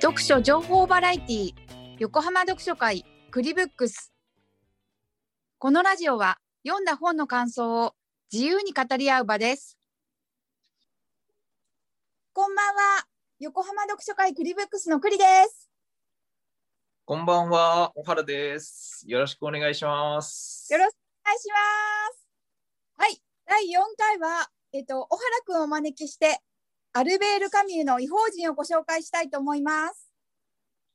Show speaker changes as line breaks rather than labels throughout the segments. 読書情報バラエティ横浜読書会クリブックスこのラジオは読んだ本の感想を自由に語り合う場ですこんばんは横浜読書会クリブックスのクリです
こんばんは、おはるです。よろしくお願いします。
よろしくお願いしますはい第4回はえっと小原くんをお招きしてアルベール・カミューの異邦人をご紹介したいと思います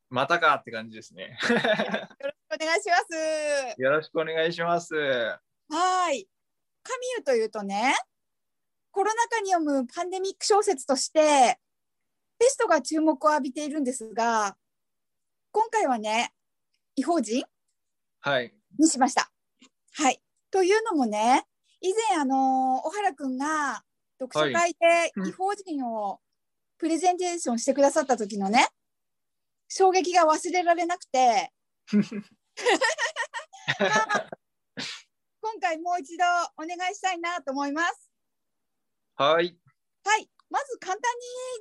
またかって感じですね。
お願いします
よろしくお願いします。
はい。カミューというとね、コロナ禍に読むパンデミック小説として、ペストが注目を浴びているんですが、今回はね、異邦人
はい。
にしました。はい。というのもね、以前、あのー小原くんが読書会で
うん
異邦人をプレゼンテーションしてくださった時のね、衝撃が忘れられなく て、まあ今回もう一度お願いしたいなと思います。
はい。
はい、まず簡単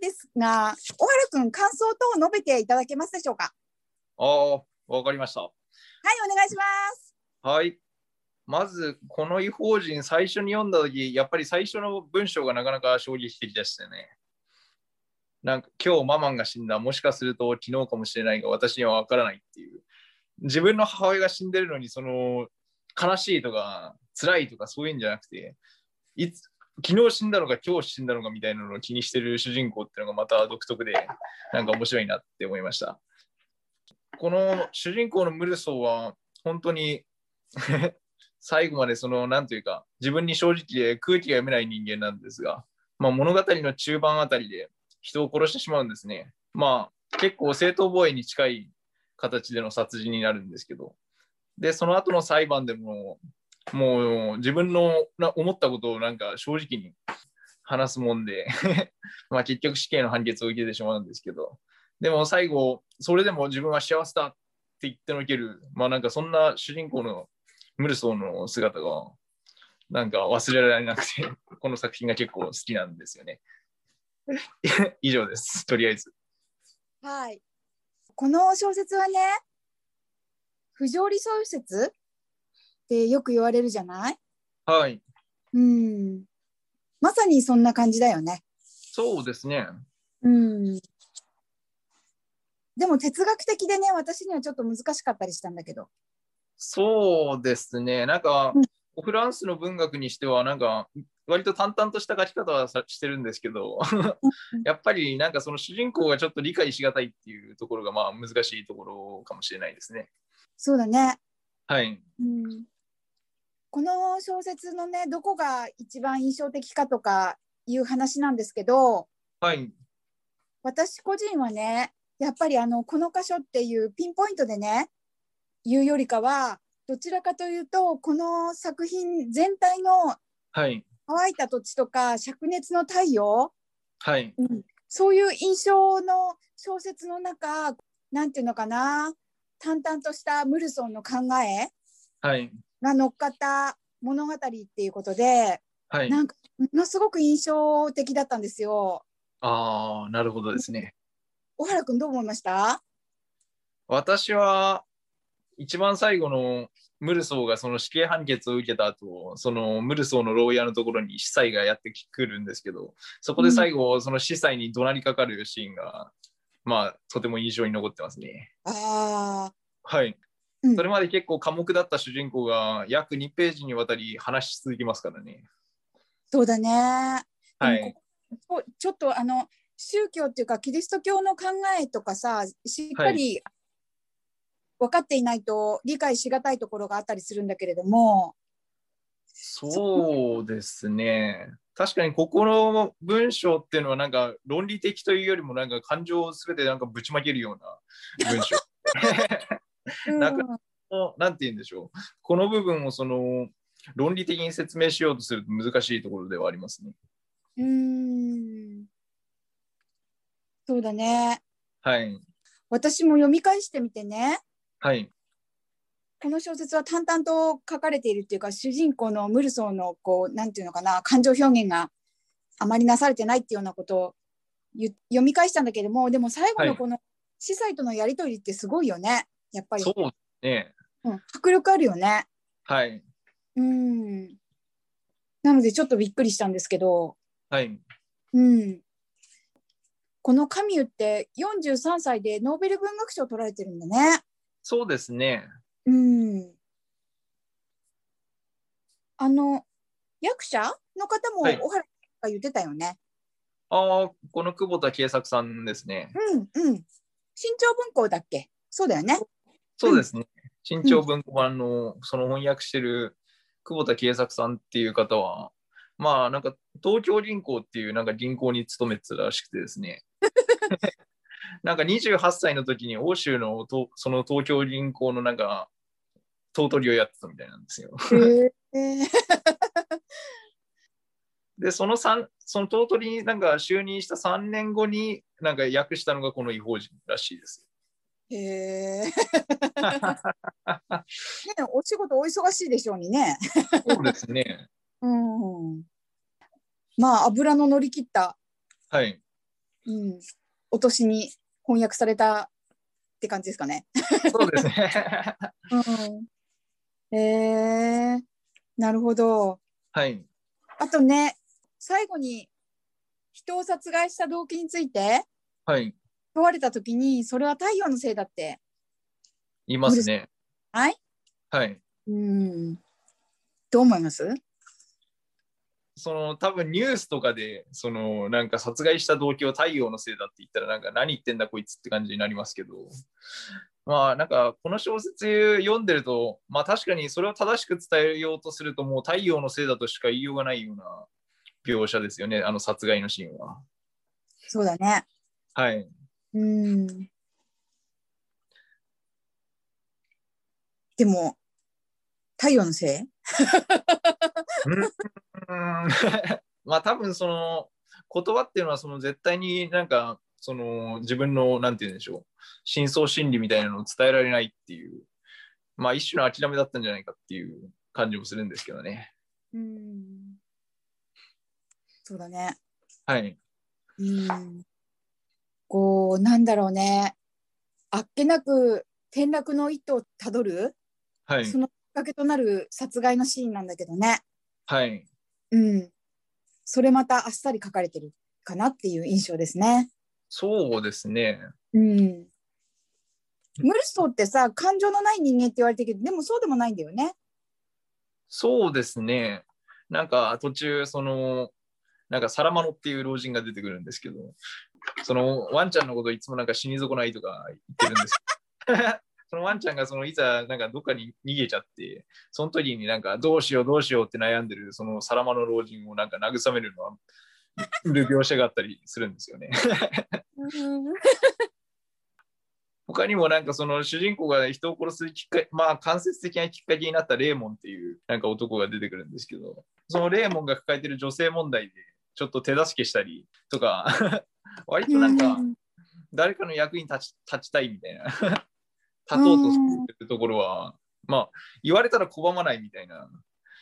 にですが、小原くん感想等を述べていただけますでしょうか。
ああ、わかりました。
はい、お願いします。
はい。まず、この異邦人、最初に読んだとき、やっぱり最初の文章がなかなか衝撃的でしたよね。なんか、今日ママンが死んだ、もしかすると昨日かもしれないが、私にはわからないっていう。自分の母親が死んでるのに、その、悲しいとか、辛いとか、そういうんじゃなくて、いつ、昨日死んだのか、今日死んだのかみたいなのを気にしてる主人公っていうのがまた独特で、なんか面白いなって思いました。この主人公のムルソーは、本当に 最後までそのなんというか自分に正直で空気が読めない人間なんですが、まあ、物語の中盤あたりで人を殺してしまうんですね。まあ結構正当防衛に近い形での殺人になるんですけどでその後の裁判でももう自分のな思ったことをなんか正直に話すもんで まあ結局死刑の判決を受けてしまうんですけどでも最後それでも自分は幸せだって言ってのける、まあなんかそんな主人公のムルソーの姿がなんか忘れられなくて、 この作品が結構好きなんですよね。 以上です、とりあえず。
はい。この小説はね、不条理小説ってよく言われるじゃない
はい、
うん。まさにそんな感じだよね。
そうですね。
うん。でも哲学的でね、私にはちょっと難しかったりしたんだけど。
そうですね。なんか
うん、
フランスの文学にしては、なんか、割と淡々とした書き方はさしてるんですけど、やっぱりなんかその主人公がちょっと理解しがたいっていうところが、まあ難しいところかもしれないですね。
そうだね。
はい。
うんこの小説のねどこが一番印象的かとかいう話なんですけど
はい。
私個人はねやっぱりあのこの箇所っていうピンポイントでね言うよりかはどちらかというとこの作品全体の
はい。
乾いた土地とか灼熱の太陽
はい。
そういう印象の小説の中なんていうのかな淡々としたムルソンの考え
はい。
が乗っかった物語っていうことで
はい。
なんかものすごく印象的だったんですよ。
ああ、なるほどですね。
小原くんどう思いました？
私は一番最後のムルソーがその死刑判決を受けた後そのムルソーの牢屋のところに司祭がやってくるんですけどそこで最後その司祭に怒鳴りかかるシーンが、まあとても印象に残ってますね。
ああ、
はい、
うん
それまで結構寡黙だった主人公が約2ページにわたり話し続けますからね。
そうだね。
は
でも
い、
ここちょっとあの宗教っていうかキリスト教の考えとかさ、しっかり分かっていないと理解しがたいところがあったりするんだけれども、
そうですね。確かにここの文章っていうのはなんか論理的というよりもなんか感情をすべてなんかぶちまけるような文章。
うん
なんのなんて言うんでしょう。この部分をその論理的に説明しようとすると難しいところではありますね。
うーん、そうだね。
はい。
私も読み返してみてね。
はい。
この小説は淡々と書かれているっていうか主人公のムルソーのこうなんていうのかな感情表現があまりなされてないっていうようなことを言読み返したんだけどもでも最後
は
の
い
この司祭とのやりとりってすごいよね。やっぱり。
そうね。
うん、迫力あるよね。
はい。
うん。なのでちょっとびっくりしたんですけど、
はい。
うん。このカミュって43歳でノーベル文学賞を取られてるんだね。
そうですね。
うん。あの、役者の方も
はい
小原が言ってたよね。
ああ、この久保田圭作さんですね。
うんうん。新潮文庫だっけそうだよね。
そうですね。新潮文庫版のその翻訳してる久保田圭作さんっていう方は、まあなんか東京銀行っていうなんか銀行に勤めてたらしくてですね。なんか28歳の時に欧州のとその東京銀行のなんか頭取をやってたみたいなんですよ。
へえ。
で、その三その頭取になんか就任した3年後になんか訳したのがこの違法人らしいです。
へえ。ね お仕事お忙しいでしょうにね。
そうですね。
うん。まあ油の乗り切った、
はい。
うん、お年に翻訳されたって感じですかね。
そうですね。
うん、えー、なるほど。
はい。
あとね最後に人を殺害した動機について
はい。
問われた時にそれは太陽のせいだって。
いますね。
はい。
はい。
うん。どう思います？
その多分ニュースとかでそのなんか殺害した動機を太陽のせいだって言ったらなんか何言ってんだこいつって感じになりますけどまあなんかこの小説読んでるとまあ確かにそれを正しく伝えようとするともう太陽のせいだとしか言いようがないような描写ですよねあの殺害のシーンは
そうだね。
はい
うん。でも太陽のせい？
うーん まあ多分その言葉っていうのはその絶対になんかその自分のなんて言うんでしょう深層心理みたいなのを伝えられないっていうまあ一種の諦めだったんじゃないかっていう感じもするんですけどね
うん。そうだね。
はい
うんこうなんだろうねあっけなく転落の一途をたどる、
はい
そのきっかけとなる殺害のシーンなんだけどね、
はい
うん、それまたあっさり書かれてるかなっていう印象ですね。
そうですね
うんムルソーってさ感情のない人間って言われてるけどでもそうでもないんだよね。
そうですねなんか途中そのなんかサラマノっていう老人が出てくるんですけどそのワンちゃんのこといつもなんか死に損ないとか言ってるんです けどそのワンちゃんがそのいざなんかどっかに逃げちゃってその時になんかどうしようどうしようって悩んでるそのサラマの老人をなんか慰めるのはる描写があったりするんですよね。他にもなんかその主人公が人を殺すきっかけ、まあ間接的なきっかけになったレーモンっていうなんか男が出てくるんですけど、そのレーモンが抱えてる女性問題でちょっと手助けしたりとか、 割となんか
うん
誰かの役に立ち立ちたいみたいな、立とうとするところは、まあ言われたら拒まないみたいな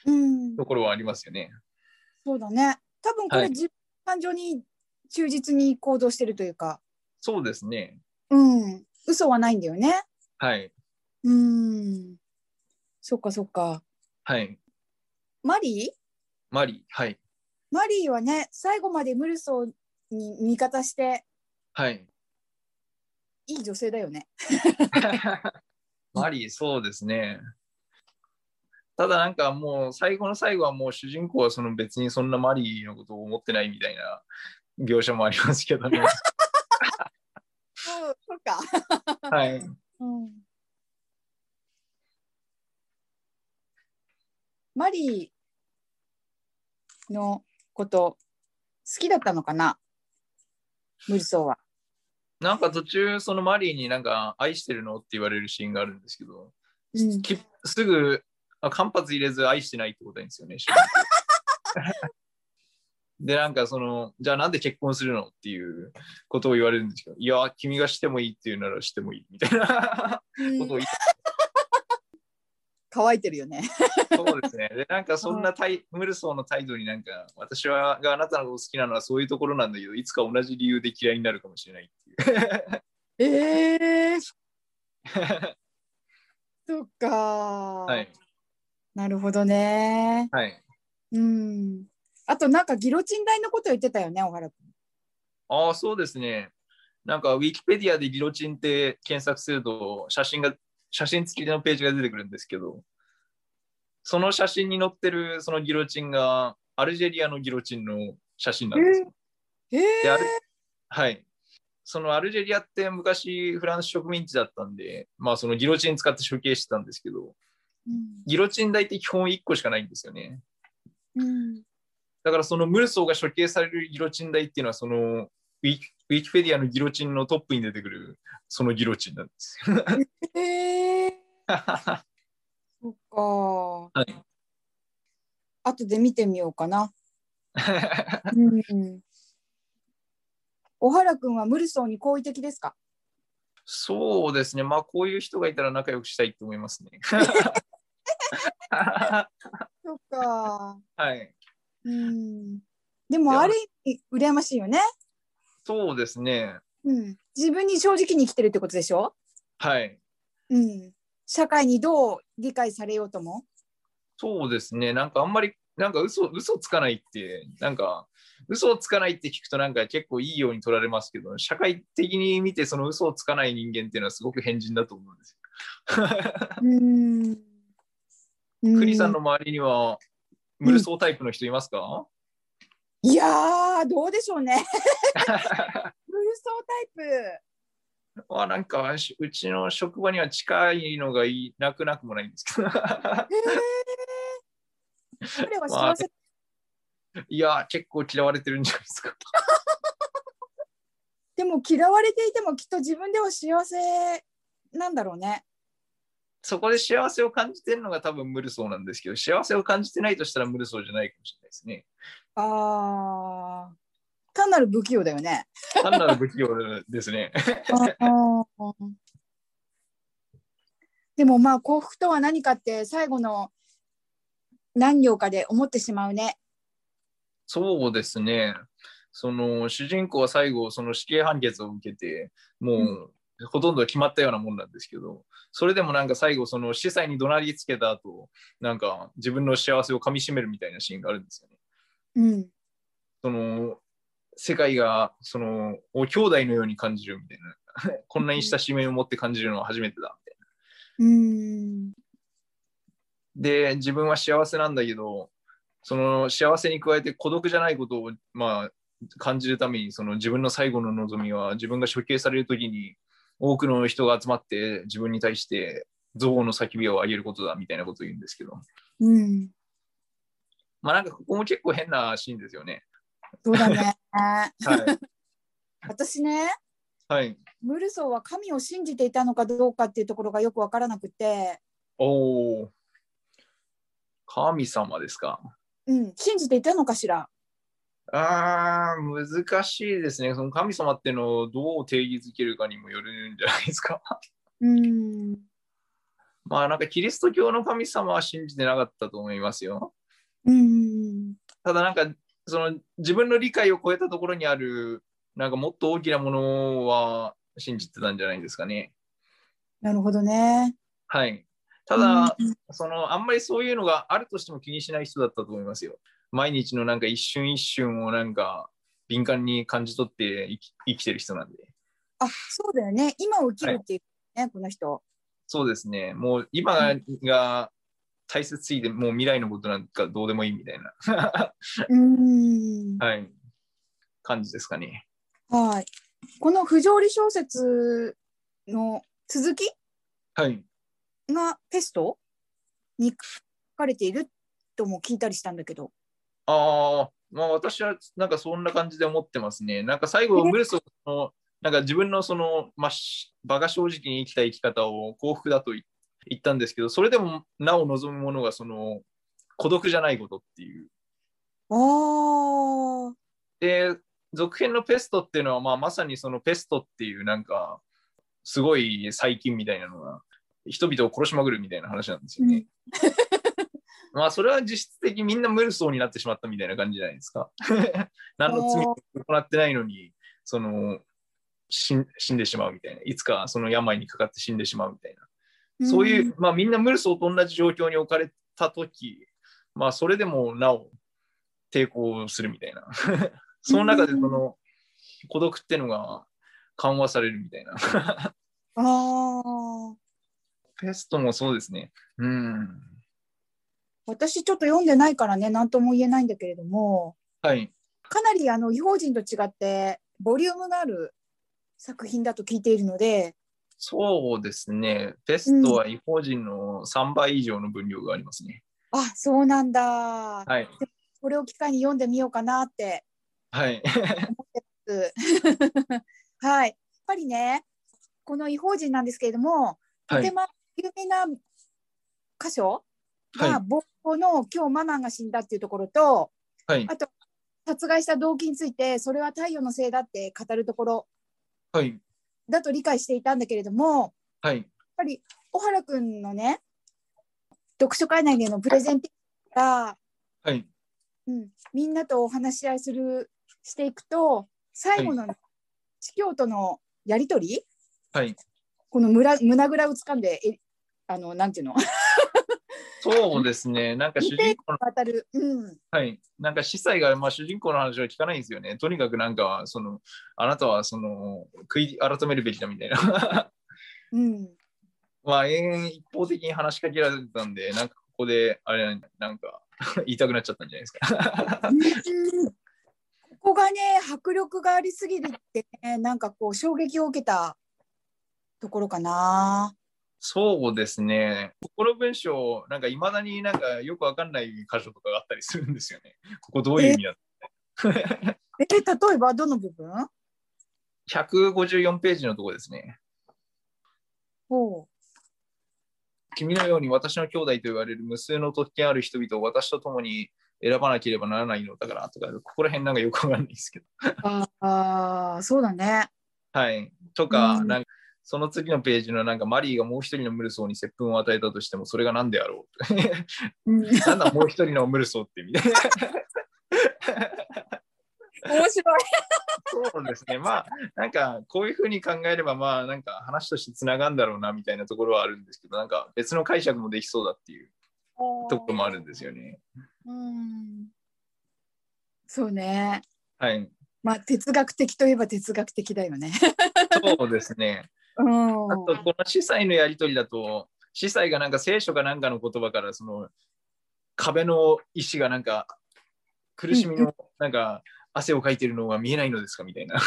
うん
ところはありますよね。
そうだね多分こ
は
れ
い
自分の感情に忠実に行動してるというか、
そうですね。
うん、嘘はないんだよね。
はい。
うん。そっかそっか。
はい。
マリー
マリー。はい。
マリーはね、最後までムルソーに味方して、
はい。
いい女性だよね。
マリー、そうですね。ただなんかもう最後の最後はもう主人公はその別にそんなマリーのことを思ってないみたいな描写もあります けどね。
そうそうか。
はい。
うん、マリーのこと、好きだったのかなムルソーは。
なんか途中そのマリーになんか愛してるのって言われるシーンがあるんですけど、
うん
きすぐあ間髪入れず愛してないってことなんですよね。主人 公で、なんかその、じゃあなんで結婚するのっていうことを言われるんですけど、いや、君がしてもいいっていうならしてもいいみたいなことを言って
乾いてるよね。
そうですね。で、なんかそんな態ムルソーの態度になんか、私はがあなたのこと好きなのはそういうところなんだけど、いつか同じ理由で嫌いになるかもしれないっていう。、
ええー、そっか、 はいなるほどね。
はい。
うん。あとなんかギロチン台のこと言ってたよね、小原君。
ああ、そうですね。なんか、ウィキペディアでギロチンって検索すると、写真が、写真付きのページが出てくるんですけど、その写真に載ってるそのギロチンが、アルジェリアのギロチンの写真なんですよ。
え
で
え
アルはい。そのアルジェリアって昔フランス植民地だったんで、まあそのギロチン使って処刑してたんですけど、
うん
ギロチン台って基本1個しかないんですよね。
うん。
だからそのムルソーが処刑されるギロチン台っていうのはそのウィキウィキペディアのギロチンのトップに出てくるそのギロチンなんですよ。
ええそっか、
はい
後で見てみようかな。うん。小原君はムルソーに好意的ですか。
そうですね。まあこういう人がいたら仲良くしたいと思いますね。
そっか。
はい。
うん。でもある意味羨ましいよね。
そうですね。
うん。自分に正直に生きてるってことでしょ。
はい。
うん。社会にどう理解されようとも。
そうですね。なんかあんまり、なんか嘘、嘘つかないって、なんか、嘘をつかないって聞くとなんか結構いいように取られますけど、社会的に見てその嘘をつかない人間っていうのはすごく変人だと思うんです
うん。
よ。クリさんの周りには、ムルソータイプの人いますか、
いやーどうでしょう ね。 ムルソータイプ。
まあなんか、しうちの職場には近いのがいなくなくもないんですけど。
彼は幸せだ
いや、結構嫌われてるんじゃないですか。
でも嫌われていてもきっと自分では幸せなんだろうね。
そこで幸せを感じてるのが多分ムルソーなんですけど、幸せを感じてないとしたらムルソーじゃないかもしれないですね。
ああ。単なる不器用だよね。
単なる不器用ですね。
でもまあ幸福とは何かって最後の何行かで思ってしまうね。
そうですね。その主人公は最後、その死刑判決を受けて、もううほとんど決まったようなもんなんですけど、それでもなんか最後、その司祭に怒鳴りつけた後、なんか自分の幸せをかみしめるみたいなシーンがあるんですよね。
うん。
その世界がそのお兄弟のように感じるみたいな、 こんなに親しみを持って感じるのは初めてだみたいな。
うん。
で、自分は幸せなんだけど、その幸せに加えて孤独じゃないことを、まあ、感じるために、その自分の最後の望みは、自分が処刑されるときに、多くの人が集まって、自分に対して、憎悪の叫びを上げることだみたいなことを言うんですけど、
うん。
まあなんかここも結構変なシーンですよね。
そうだね。
はい。
私ね、
はい、
ムルソーは神を信じていたのかどうかっていうところがよくわからなくて、
おー神様ですか。
うん、信じていたのかしら。
あー、難しいですね。その神様っていうのをどう定義づけるかにもよるんじゃないですか。
うん。
まあなんかキリスト教の神様は信じてなかったと思いますよ。
うん。
ただなんかその自分の理解を超えたところにあるなんかもっと大きなものは信じてたんじゃないですかね。
なるほどね。
はい。ただ、
うん
そのあんまりそういうのがあるとしても気にしない人だったと思いますよ。毎日のなんか一瞬一瞬をなんか敏感に感じ取って生き生きてる人なんで。
あ、そうだよね。今を生きるっていうね、この人。
そうですね。もう今が大切すぎてもう未来のことなんかどうでもいいみたいな。
うん。
はい。感じですかね。
はい。この不条理小説の続き
はい。
がペストに書かれているとも聞いたりしたんだけど。
ああ、まあ私はなんかそんな感じで思ってますね。なんか最後、
ね
ブルソーの、なんか自分のその、まあ、し馬鹿正直に生きた生き方を幸福だとい言ったんですけど、それでもなお望むものがその孤独じゃないことっていう。
ああ。
で、続編のペストっていうのは、まあ、まさにそのペストっていうなんか、すごい細菌みたいなのが、人々を殺しまくるみたいな話なんですよね。まあ、それは実質的にみんな無理そうになってしまった みたいな感じじゃないですか。何の罪も行ってないのに、その、死ん死んでしまうみたいな、いつかその病にかかって死んでしまうみたいな、そういう、まあ、みんなムルソーと同じ状況に置かれたとき、まあ、それでもなお抵抗するみたい な、その中でその孤独ってのが緩和されるみたいな。
うんああ
ペストもそうですね。うん。
私ちょっと読んでないからね何とも言えないんだけれども
はい。
かなりあの異邦人と違ってボリュームのある作品だと聞いているので
そうですね。ペストは違法人の3倍以上の分量がありますね。
あそうなんだ
はい。
これを機会に読んでみようかなって
はい。
うはいやっぱりねこの異邦人なんですけれども、
は
とて
い。
も有名な箇所
は
が
い。
冒頭の「今日ママが死んだ」っていうところと
はい。
殺害した動機についてそれは太陽のせいだって語るところ
はい。
だと理解していたんだけれども
はい。
やっぱり小原くんのね読書会内でのプレゼンテーションが、
はい。
うん、みんなとお話し合いするしていくと最後の司教とのやり取り
はい。
この胸胸ぐらをつかんでえあのなんていうの
そうですね。なんか主人公の、
当たる、うん、
はい。なんか司祭が、まあ、主人公の話は聞かないんですよね。とにかくなんか、その、あなたはその、食い改めるべきだみたいな。
うん、
まあ、延々一方的に話しかけられてたんで、なんかここで、あれ、なんか言いたくなっちゃったんじゃないですか。
うんここがね迫力がありすぎるってねなんかこう衝撃を受けたところかな。
そうですね。この文章、なんかいまだになんかよくわかんない箇所とかがあったりするんですよね。ここどういう意味だ
え例えばどの部分
154ページのとこですね。
ほう
君のように私の兄弟と言われる無数の特権ある人々を私と共に選ばなければならないのだからとか、ここら辺なんかよくわかんないですけど。
ああーそうだね。
はい。とか、
うん
なんかその次のページのなんかマリーがもう一人のムルソーに接吻を与えたとしても、それが何であろ
う
う
ん
なんだもう一人のムルソーってみたいな。
面白い。
そうですね。まあ、なんか、こういうふうに考えれば、まあ、なんか話としてつながるんだろうな、みたいなところはあるんですけど、なんか別の解釈もできそうだっていう ところもあるんですよね。
うん。そうね。
はい。
まあ哲学的といえば哲学的だよね。
そうですね。
うん。
あと、この司祭のやりとりだと、司祭がなんか聖書かなんかの言葉から、その、壁の石がなんか、苦しみの、なんか、汗をかいてるのが見えないのですかみたい な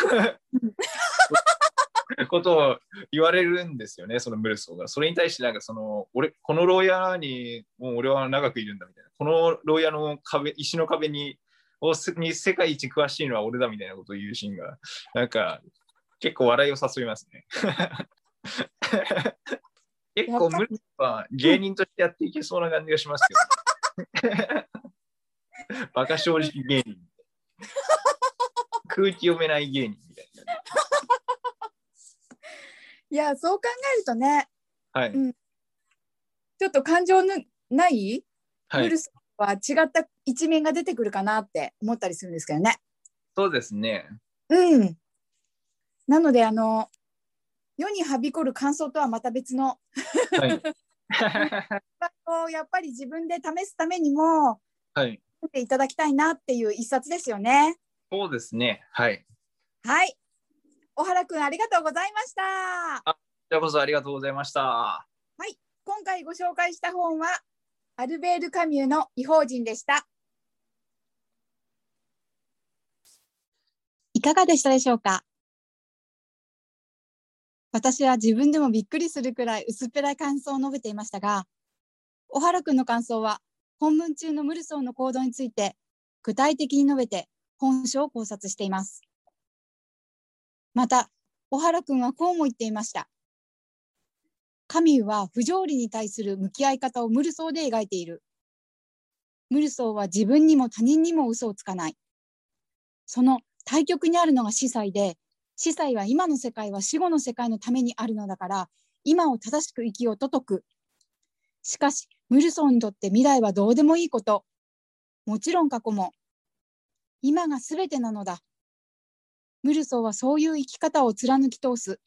ことを言われるんですよね、そのムルソーが。それに対して、なんかその、俺、この牢屋に、もう俺は長くいるんだみたいな。この牢屋の壁、石の壁に、をすに世界一詳しいのは俺だみたいなことを言うシーンが、なんか、結構笑いを誘いますね。結構、ムルソーは芸人としてやっていけそうな感じがしますよ、ね。バカ正直芸人。空気読めない芸人みたいな。
いやそう考えるとね
はい。
ちょっと感情のない
は
ウイ
い
ル、スは違った一面が出てくるかなって思ったりするんですけどね。
そうですね。
うん。なのであの世にはびこる感想とはまた別の
はい。
こうやっぱり自分で試すためにも
はい。
読んでいただきたいなっていう一冊ですよね。
そうですね。はい。
はい。小原くんありがとうございました。
じゃあこそありがとうございました。
今回ご紹介した本はアルベール・カミューの異邦人でしたいかがでしたでしょうか私は自分でもびっくりするくらい薄っぺらい感想を述べていましたが小原くんの感想は本文中のムルソーの行動について具体的に述べて本書を考察していますまた小原くんはこうも言っていましたカミューは不条理に対する向き合い方をムルソーで描いている。ムルソーは自分にも他人にも嘘をつかない。その対極にあるのが司祭で、司祭は今の世界は死後の世界のためにあるのだから、今を正しく生きようと説く。しかし、ムルソーにとって未来はどうでもいいこと。もちろん過去も。今が全てなのだ。ムルソーはそういう生き方を貫き通す。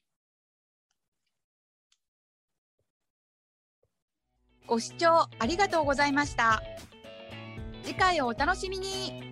ご視聴ありがとうございました。次回をお楽しみに。